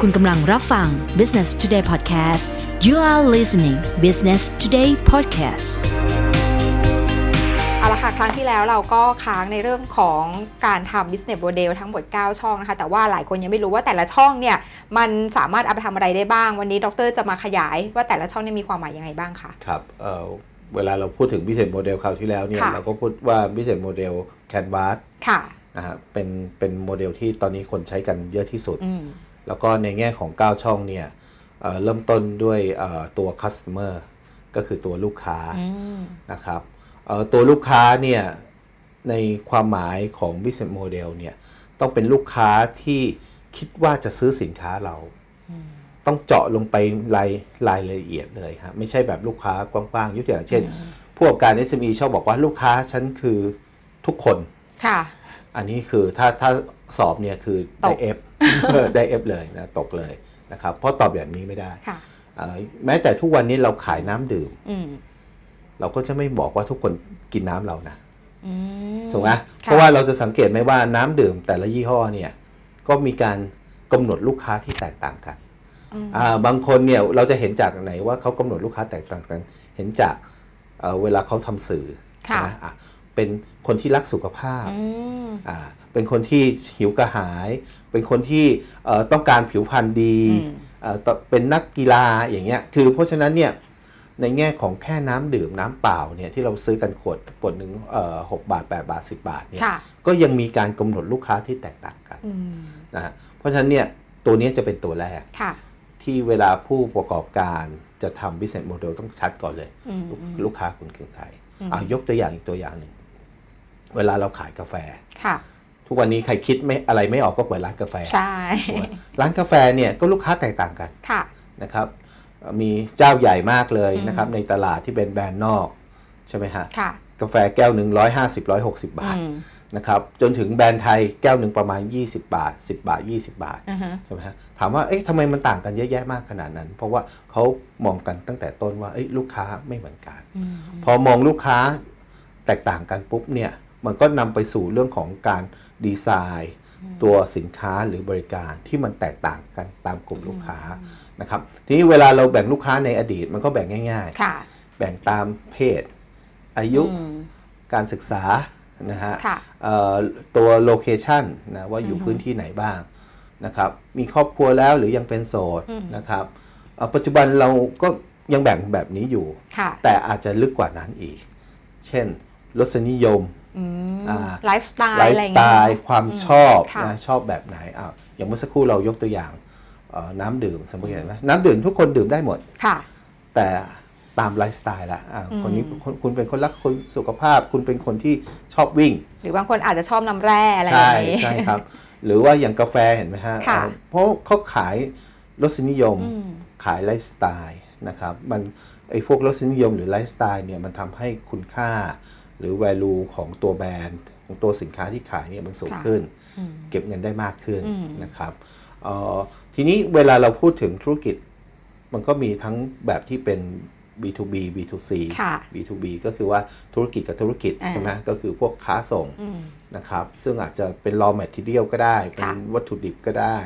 คุณกำลังรับฟัง Business Today Podcast you are listening Business Today Podcast เอาละค่ะ ครั้งที่แล้วเราก็ค้างในเรื่องของการทำ business model ทั้งหมด 9 ช่องนะคะ แต่ว่าหลายคนยังไม่รู้ว่าแต่ละช่องเนี่ย มันสามารถเอาไปทำอะไรได้บ้าง วันนี้ดรจะมาขยายว่าแต่ละช่องเนี่ยมีความหมายยังไงบ้างคะ ครับเอ่อเวลาเราพูดถึง business model คราวที่แล้วเนี่ย ค่ะ เราก็พูดว่า business model canvas ค่ะ นะฮะเป็นเป็นโมเดลที่ตอนนี้คนใช้กันเยอะที่สุด อืม แล้วก็ในแง่ของ 9 ช่องเนี่ยเอ่อเริ่มต้นด้วยเอ่อตัว customer ก็คือตัวลูกค้า อืม นะครับเอ่อตัวลูกค้าเนี่ยในความหมายของ business model เนี่ยต้องเป็นลูกค้าที่คิดว่าจะซื้อสินค้าเรา อืม ต้องเจาะลงไปรายรายละเอียดเลยครับไม่ใช่แบบลูกค้ากว้างๆยกตัวอย่างเช่น อืม ผู้ประกอบการ SME ชอบบอกว่าลูกค้าฉันคือทุกคน ค่ะ อันนี้คือถ้าถ้าสอบเนี่ยคือ ต ได้ ก เอฟ ได้เอฟเลยนะตกเลยนะครับเพราะตอบแบบนี้ไม่ได้ ค่ะ เอ่อแม้แต่ทุกวันนี้เราขายน้ำดื่ม อืม เราก็จะไม่บอกว่าทุกคนกินน้ำเรานะ อืม ถูกไหม ค่ เพราะว่าเราจะสังเกตไหมว่าน้ำดื่มแต่ละยี่ห้อเนี่ยก็มีการกำหนดลูกค้าที่แตกต่างกัน อืม อ่าบางคนเนี่ยเราจะเห็นจากไหนว่าเขากำหนดลูกค้าแตกต่างกัน เห็นจากเอ่อเวลาเขาทำสื่อ ค่ะ นะอ่ะเป็นคนที่รักสุขภาพ อืม อ่าเป็นคนที่หิวกระหาย เป็นคนที่เอ่อต้องการผิวพรรณดี อืม เอ่อต้องเป็นนักกีฬาอย่างเงี้ยคือเพราะฉะนั้นเนี่ยในแง่ของแค่น้ำดื่มน้ำเปล่าเนี่ยที่เราซื้อกันขวดขวดหนึ่งเอ่อหกบาท 8 บาท 10 บาทเนี่ย ค่ะ ก็ยังมีการกำหนดลูกค้าที่แตกต่างกัน อืม นะฮะเพราะฉะนั้นเนี่ยตัวเนี้ยจะเป็นตัวแรก ค่ะ ที่เวลาผู้ประกอบการจะทำ business model ต้องชัดก่อนเลย อืม ลูก อืม ลูกค้าคุณคือใคร อืม เอายกตัวอย่างอีกตัวอย่างหนึ่ง เวลาเราขายกาแฟ ค่ะ ทุกวันนี้ใครคิดไม่อะไรไม่ออกก็เปิดร้านกาแฟ ใช่ ถูกไหมร้านกาแฟเนี่ยก็ลูกค้าแตกต่างกัน ค่ะ นะครับเอ่อมีเจ้าใหญ่มากเลย อืม นะครับ ในตลาดที่เป็นแบรนด์นอกใช่ไหมฮะ ค่ะ กาแฟแก้วหนึ่งร้อยห้าสิบร้อยหกสิบบาท อืม นะครับจนถึงแบรนด์ไทยแก้วหนึ่งประมาณ 20 บาท 10 บาท 20 บาท อือฮะ ใช่ไหมฮะถามว่า เอ๊ะทำไมมันต่างกันเยอะแยะมากขนาดนั้น เพราะว่าเขามองกันตั้งแต่ต้นว่า เอ๊ะลูกค้าไม่เหมือนกัน อืม พอมองลูกค้าแตกต่างกันปุ๊บเนี่ย มันก็นำไปสู่เรื่องของการดีไซน์ ตัวสินค้าหรือบริการที่มันแตกต่างกันตามกลุ่มลูกค้านะครับ ทีนี้เวลาเราแบ่งลูกค้าในอดีตมันก็แบ่งง่าย ค่ะ ๆ แบ่งตามเพศ อายุ อืม การศึกษานะฮะ ค่ะ เอ่อตัวโลเคชันนะว่าอยู่ อือฮึ พื้นที่ไหนบ้างนะครับมีครอบครัวแล้วหรือยังเป็นโสด อืม นะครับเอ่อปัจจุบันเราก็ยังแบ่งแบบนี้อยู่ ค่ะ แต่อาจจะลึกกว่านั้นอีก เช่นรสนิยม อืม อ่า ไลฟ์สไตล์ ไล อะ ฟ์ ไรอ ส ย่างเงไตี้ย ล์ความ อืม ชอบ ค่ะ นะชอบแบบไหนอ้าวอย่างเมื่อสักครู่เรายกตัวอย่างเอ่อน้ำดื่มสมมติเห็นไหมน้ำดื่มทุกคนดื่มได้หมด ค่ะ แต่ตามไลฟ์สไตล์ละอ่า อืม คนนี้คนคุณเป็นคนรักคนสุขภาพ คุณเป็นคนที่ชอบวิ่ง หรือบางคนอาจจะชอบน้ำแร่อะไรอ ใช่ ย่างงี้ ใช่ครับ หรือว่าอย่างกาแฟเห็นไหมฮะ ค่ะ เอ่อเพราะเขาขายรสนิยม อืม ขายไลฟ์สไตล์นะครับมันไอ้พวกรสนิยมหรือไลฟ์สไตล์เนี่ยมันทำให้คุณค่า หรือ value ของตัวแบรนด์ของตัวสินค้าที่ขายเนี่ยมันสูงขึ้น อืม เก็บเงินได้มากขึ้น อืม นะครับเอ่อทีนี้เวลาเราพูดถึงธุรกิจ มันก็มีทั้งแบบที่เป็น B2B B2C ค่ะ B2B ก็คือว่าธุรกิจกับธุรกิจ อ่า ใช่ไหมก็คือพวกค้าส่ง อืม นะครับซึ่งอาจจะเป็น raw material ก็ได้ เป็น ค่ะ วัตถุดิบก็ได้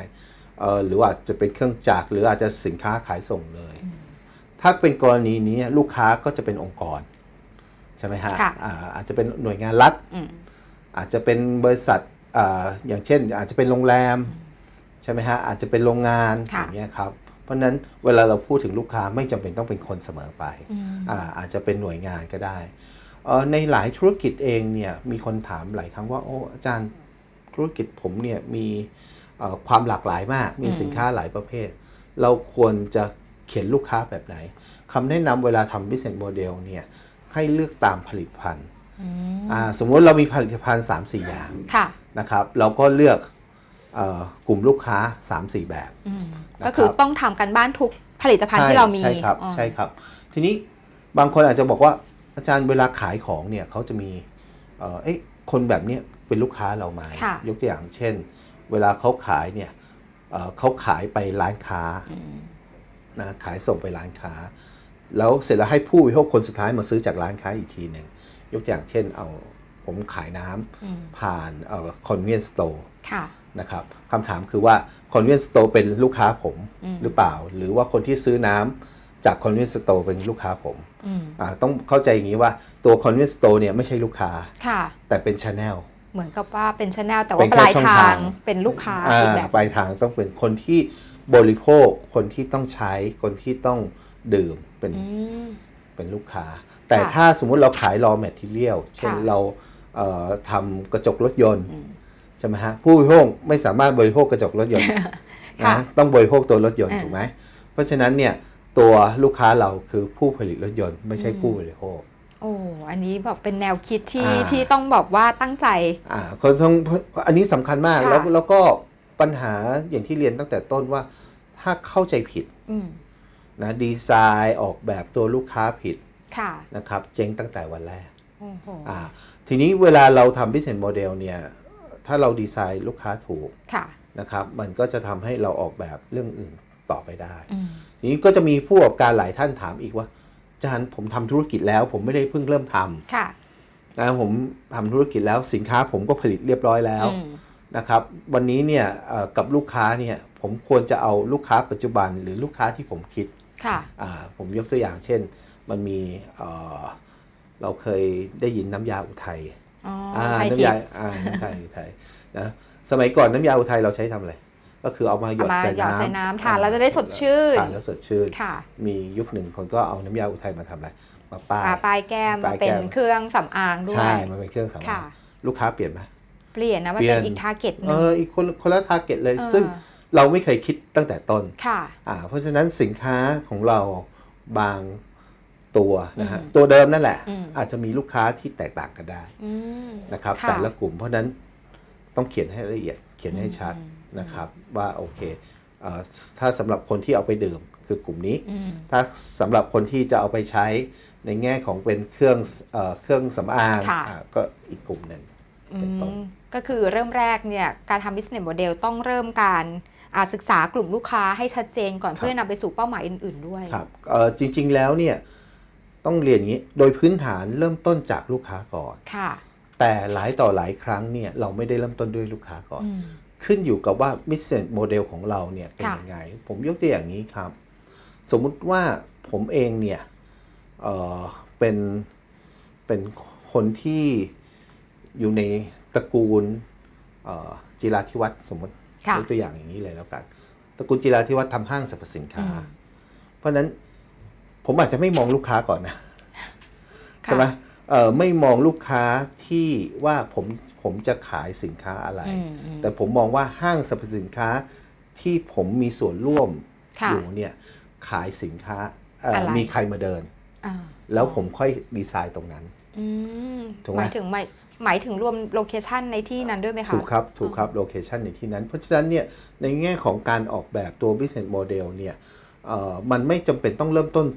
เอ่อหรือว่าอาจจะเป็นเครื่องจักรหรืออาจจะสินค้าขายส่งเลย อืม ถ้าเป็นกรณีนี้ลูกค้าก็จะเป็นองค์กร ใช่ไหมฮะ ค่ะ อ่าอาจจะเป็นหน่วยงานรัฐ อืม อาจจะเป็นบริษัทอาอย่างเช่น อาจจะเป็นโรงแรม ใช่ไหมฮะอาจจะเป็นโรงงานอ ค่ะ ย่างเงี้ยครับเพราะฉะนั้นเวลาเราพูดถึงลูกค้าไม่จำเป็นต้องเป็นคนเสมอไป อืม อาอาจจะเป็นหน่วยงานก็ได้เอ่อในหลายธุรกิจเองเนี่ยมีคนถามหลายครั้งว่าโอ้อาจารย์ธุรกิจผมเนี่ยมีเอ่อความหลากหลายมาก มีสินค้าหลายประเภท เราควรจะเขียนลูกค้าแบบไหนคำแนะนำเวลาทำ business model เนี่ยให้เลือกตามผลิตภัณฑ์ อืม อ่าสมมติเรามีผลิตภัณฑ์ 3-4 อย่าง ค่ะ นะครับ เราก็เลือกเอ่อกลุ่มลูกค้า 3-4 แบบ อืม นะครับ ก็คือต้องทำกันบ้านทุกผลิตภัณฑ์ที่เรามี ใช่ครับ อ๋อ ใช่ครับ ทีนี้บางคนอาจจะบอกว่าอาจารย์เวลาขายของเนี่ยเขาจะมีเอ่อเอ๊ะคนแบบเนี้ยเป็นลูกค้าเราไหม ค่ะ ยกตัวอย่างเช่น เวลาเขาขายเนี่ยเอ่อเขาขายไปร้านค้า อืม นะขายส่งไปร้านค้า แล้วเสร็จแล้วให้ผู้บริโภคคนสุดท้ายมาซื้อจากร้านค้าอีกทีหนึ่งยกตัวอย่างเช่นเอาผมขายน้ำ อืม ผ่านเอ่อ convenience store ค่ะ นะครับคำถามคือว่า convenience store เป็นลูกค้าผม ม หรือเปล่า หรือว่าคนที่ซื้อน้ำจาก convenience store เป็นลูกค้าผม อืม อ่าต้องเข้าใจอย่างนี้ว่าตัว convenience store เนี่ยไม่ใช่ลูกค้า ค่ะ แต่เป็น channel เหมือนกับว่าเป็นชแนลแต่ เป็ ว่าน ป แค่ ลาย ช่อง ทา ทาง ง เป็นลูกค้า อ่า อีกแบบ ปลายทางต้องเป็นคนที่บริโภค คนที่ต้องใช้ คนที่ต้องดื่มเป็น อืม เป็นลูกค้า แต่ ค่ะ ถ้าสมมุติเราขาย raw material เช่น ค่ะ เราเอ่อทำกระจกรถยนต์ อืม ใช่ไหมฮะผู้บริโภคไม่สามารถบริโภคกระจกรถยนต์ ค่ะ นะต้องบริโภคตัวรถยนต์ อ่า ถูกไหมเพราะฉะนั้นเนี่ยตัวลูกค้าเราคือผู้ผลิตรถยนต์ไม่ใช่ อืม ผู้บริโภค โอ้อันนี้แบบเป็นแนวคิดที่ อ่า ที่ต้องบอกว่าตั้งใจ อ่าคนต้องอันนี้สำคัญมาก ค่ะ แล้วแล้วก็ปัญหาอย่างที่เรียนตั้งแต่ต้นว่าถ้าเข้าใจผิด อืม นะดีไซน์ออกแบบตัวลูกค้าผิด ค่ะ นะครับเจ๊งตั้งแต่วันแรก โอ้โห อ่าทีนี้เวลาเราทำ business model เนี่ยถ้าเราดีไซน์ลูกค้าถูก ค่ะ นะครับมันก็จะทำให้เราออกแบบเรื่องอื่นต่อไปได้ อืม ทีนี้ก็จะมีผู้ประกอบการหลายท่านถามอีกว่าอาจารย์ผมทำธุรกิจแล้ว ผมไม่ได้เพิ่งเริ่มท ค่ะ ำนะผมทำธุรกิจแล้วสินค้าผมก็ผลิตเรียบร้อยแล้ว อืม นะครับ วันนี้เนี่ยเอ่อกับลูกค้าเนี่ยผมควรจะเอาลูกค้าปัจจุบันหรือลูกค้าที่ผมคิด ค่ะ อ่าผมยกตัวอย่างเช่น มันมีเอ่อเราเคยได้ยินน้ำยาอุทัย อ๋ออา ไทยทิ น้ำ พ ยา ย์ อ่าน้ำยาอุทัยนะสมัยก่อนน้ำยาอุทัยเราใช้ทำอะไรก็คือเอามาหยด เอามา ใส่ หยอด น้ำ ใส่น้ำทานแล้วจะได้สดชื่น ทานแล้วสดชื่น ค่ะ มียุคหนึ่งคนก็เอาน้ำยาอุทัยมาทำอะไร มาป้าย อ่าปลายแก้มมา ปลายแก้ม เป็นเครื่องสำอางด้ว ใช่ ย มันเป็นเครื่องสำอา ค่ะ งลูกค้าเปลี่ยนไหม เปลี่ยนนะมัน เปลี่ เป็ ย น น อีกทาร์เก็ตห เอ นึ่ง ออีกคนคนละทาร์เก็ตเลย เออ ซึ่งเราไม่เคยคิดตั้งแต่ต้น ค่ะ อ่าเพราะฉะนั้นสินค้าของเราบางตัวนะฮะ อืม ตัวเดิมนั่นแหละ อืม อาจจะมีลูกค้าที่แตกต่างกันได้ อืม นะครับ ะ แต่ละกลุ่มเพราะฉะนั้นต้องเขียนให้ละเอียดเขียนให้ชัดนะครับว่าโอเคเอ่อถ้าสำหรับคนที่เอาไปดื่มคือกลุ่มนี้ อืม ถ้าสำหรับคนที่จะเอาไปใช้ในแง่ของเป็นเครื่องเอ่อเครื่องสำอางอ่ะก็อีกกลุ่มหนึ่ง อื เป็นต้น มก็คือเริ่มแรกเนี่ยการทำ business model ต้องเริ่มการอ่าศึกษากลุ่มลูกค้าให้ชัดเจนก่อนเพื่อนำไปสู่เป้าหมายอื่น ๆด้วย ครับเอ่อจริง ๆ แล้วเนี่ยต้องเรียนอย่างนี้โดยพื้นฐานเริ่มต้นจากลูกค้าก่อน ค่ะ แต่หลายต่อหลายครั้งเนี่ยเราไม่ได้เริ่มต้นด้วยลูกค้าก่อน อืม ขึ้นอยู่กับว่า business model ของเราเนี่ยเป็น ค่ะ ยังไง ผมยกตัวอย่างนี้ครับ สมมุติว่าผมเองเนี่ยเอ่อเป็นเป็นคนที่อยู่ในตระกูลเอ่อจิราธิวัฒน์สมมติ ค่ะ ยกตัวอย่างอย่างนี้เลยแล้วกันตระกูลจิราธิวัฒน์ทำห้างสรรพสินค้า อืม เพราะฉะนั้นผมอาจจะไม่มองลูกค้าก่อนนะ ค่ะ ใช่ไหมเอ่อไม่มองลูกค้าที่ว่าผมผมจะขายสินค้าอะไร อืมอืม แต่ผมมองว่าห้างสรรพสินค้าที่ผมมีส่วนร่วม ค่ะ อยู่เนี่ยขายสินค้าเอ่อ อะไร มีใครมาเดิน อ่า แล้วผมค่อยดีไซน์ตรงนั้น อืม ถูกไหหมมายถึงหมายหมายถึงรวมโลเคชันในที่นั้นด้วยไหมคะ ถูกครับถูกครับโลเคชันในที่นั้น เพราะฉะนั้นเนี่ยในแง่ของการออกแบบตัว business model เนี่ยเอ่อมันไม่จำเป็นต้องเริ่มต้น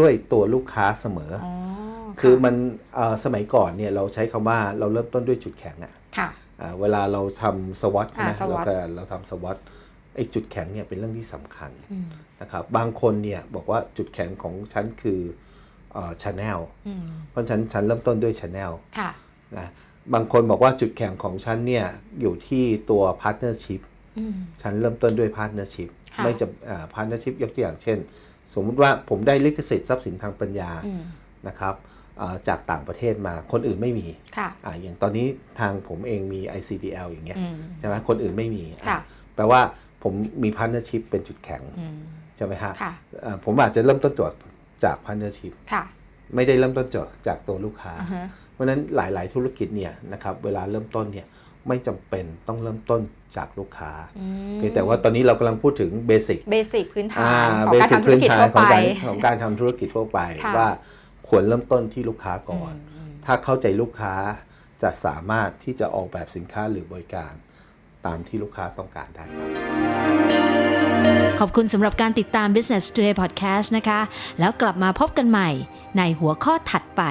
ด้วยตัวลูกค้าเสมออ อ๋อ คือ ค่ะ มันเอ่อสมัยก่อนเนี่ยเราใช้คำว่าเราเริ่มต้นด้วยจุดแข็งอะ ค่ะ อ่าเวลาเราทำสวอตใช่ไหม อ่า SWOT เราก็เราทำสวอตไอ้จุดแข็งเนี่ยเป็นเรื่องที่สำคัญ อืม นะครับบางคนเนี่ยบอกว่าจุดแข็งของฉันคือชาแนล อืม เพราะฉันฉันเริ่มต้นด้วยชาแนล ค่ะ นะบางคนบอกว่าจุดแข็งของฉันเนี่ยอยู่ที่ตัวพาร์ทเนอร์ชิพ อืม ฉันเริ่มต้นด้วยพาร์ทเนอร์ชิพ ค่ะ ไม่จะพาร์ทเนอร์ชิพยกตัวอย่างเช่น สมมุติว่าผมได้ลิขสิทธิ์ทรัพย์สินทางปัญญา อืม นะครับอ่าจากต่างประเทศมาคนอื่นไม่มี ค่ะ อ่าอย่างตอนนี้ทางผมเองมี ICDL อย่างเงี้ย อืม ใช่ไหมคนอื่นไม่มี ค่ะ อ่ะแปลว่าผมมีพ a r t เนอร์ชิพเป็นจุดแข็ง อืม ใช่ไหมฮะ ค่ะ เอ่อผมอาจจะเริ่มต้นตัวจากพ a r t เนอร์ชิพ ค่ะ ไม่ได้เริ่มต้นจากจากตัวลูกค้า อ่าฮะ เพราะฉะนั้นหลาย ๆ ธุรกิจเนี่ยนะครับเวลาเริ่มต้นเนี่ยไม่จำเป็นต้องเริ่มต้นจากลูกค้า อืม เพียงแต่ว่าตอนนี้เรากำลังพูดถึงเบสิก เบสิกพื้นฐา อ่าน ของ เบ การ สิก ทำธุร พื้น กิจ ฐาน ทั่ว ข ไป องการของการทำธุรกิจทั่วไป ค่ะ ว่าควรเริ่มต้นที่ลูกค้าก่อน มม ถ้าเข้าใจลูกค้าจะสามารถที่จะออกแบบสินค้าหรือบริการ ตามที่ลูกค้าต้องการได้ครับ ขอบคุณสำหรับการติดตาม Business Today Podcast นะคะ แล้วกลับมาพบกันใหม่ในหัวข้อถัดไป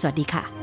สวัสดีค่ะ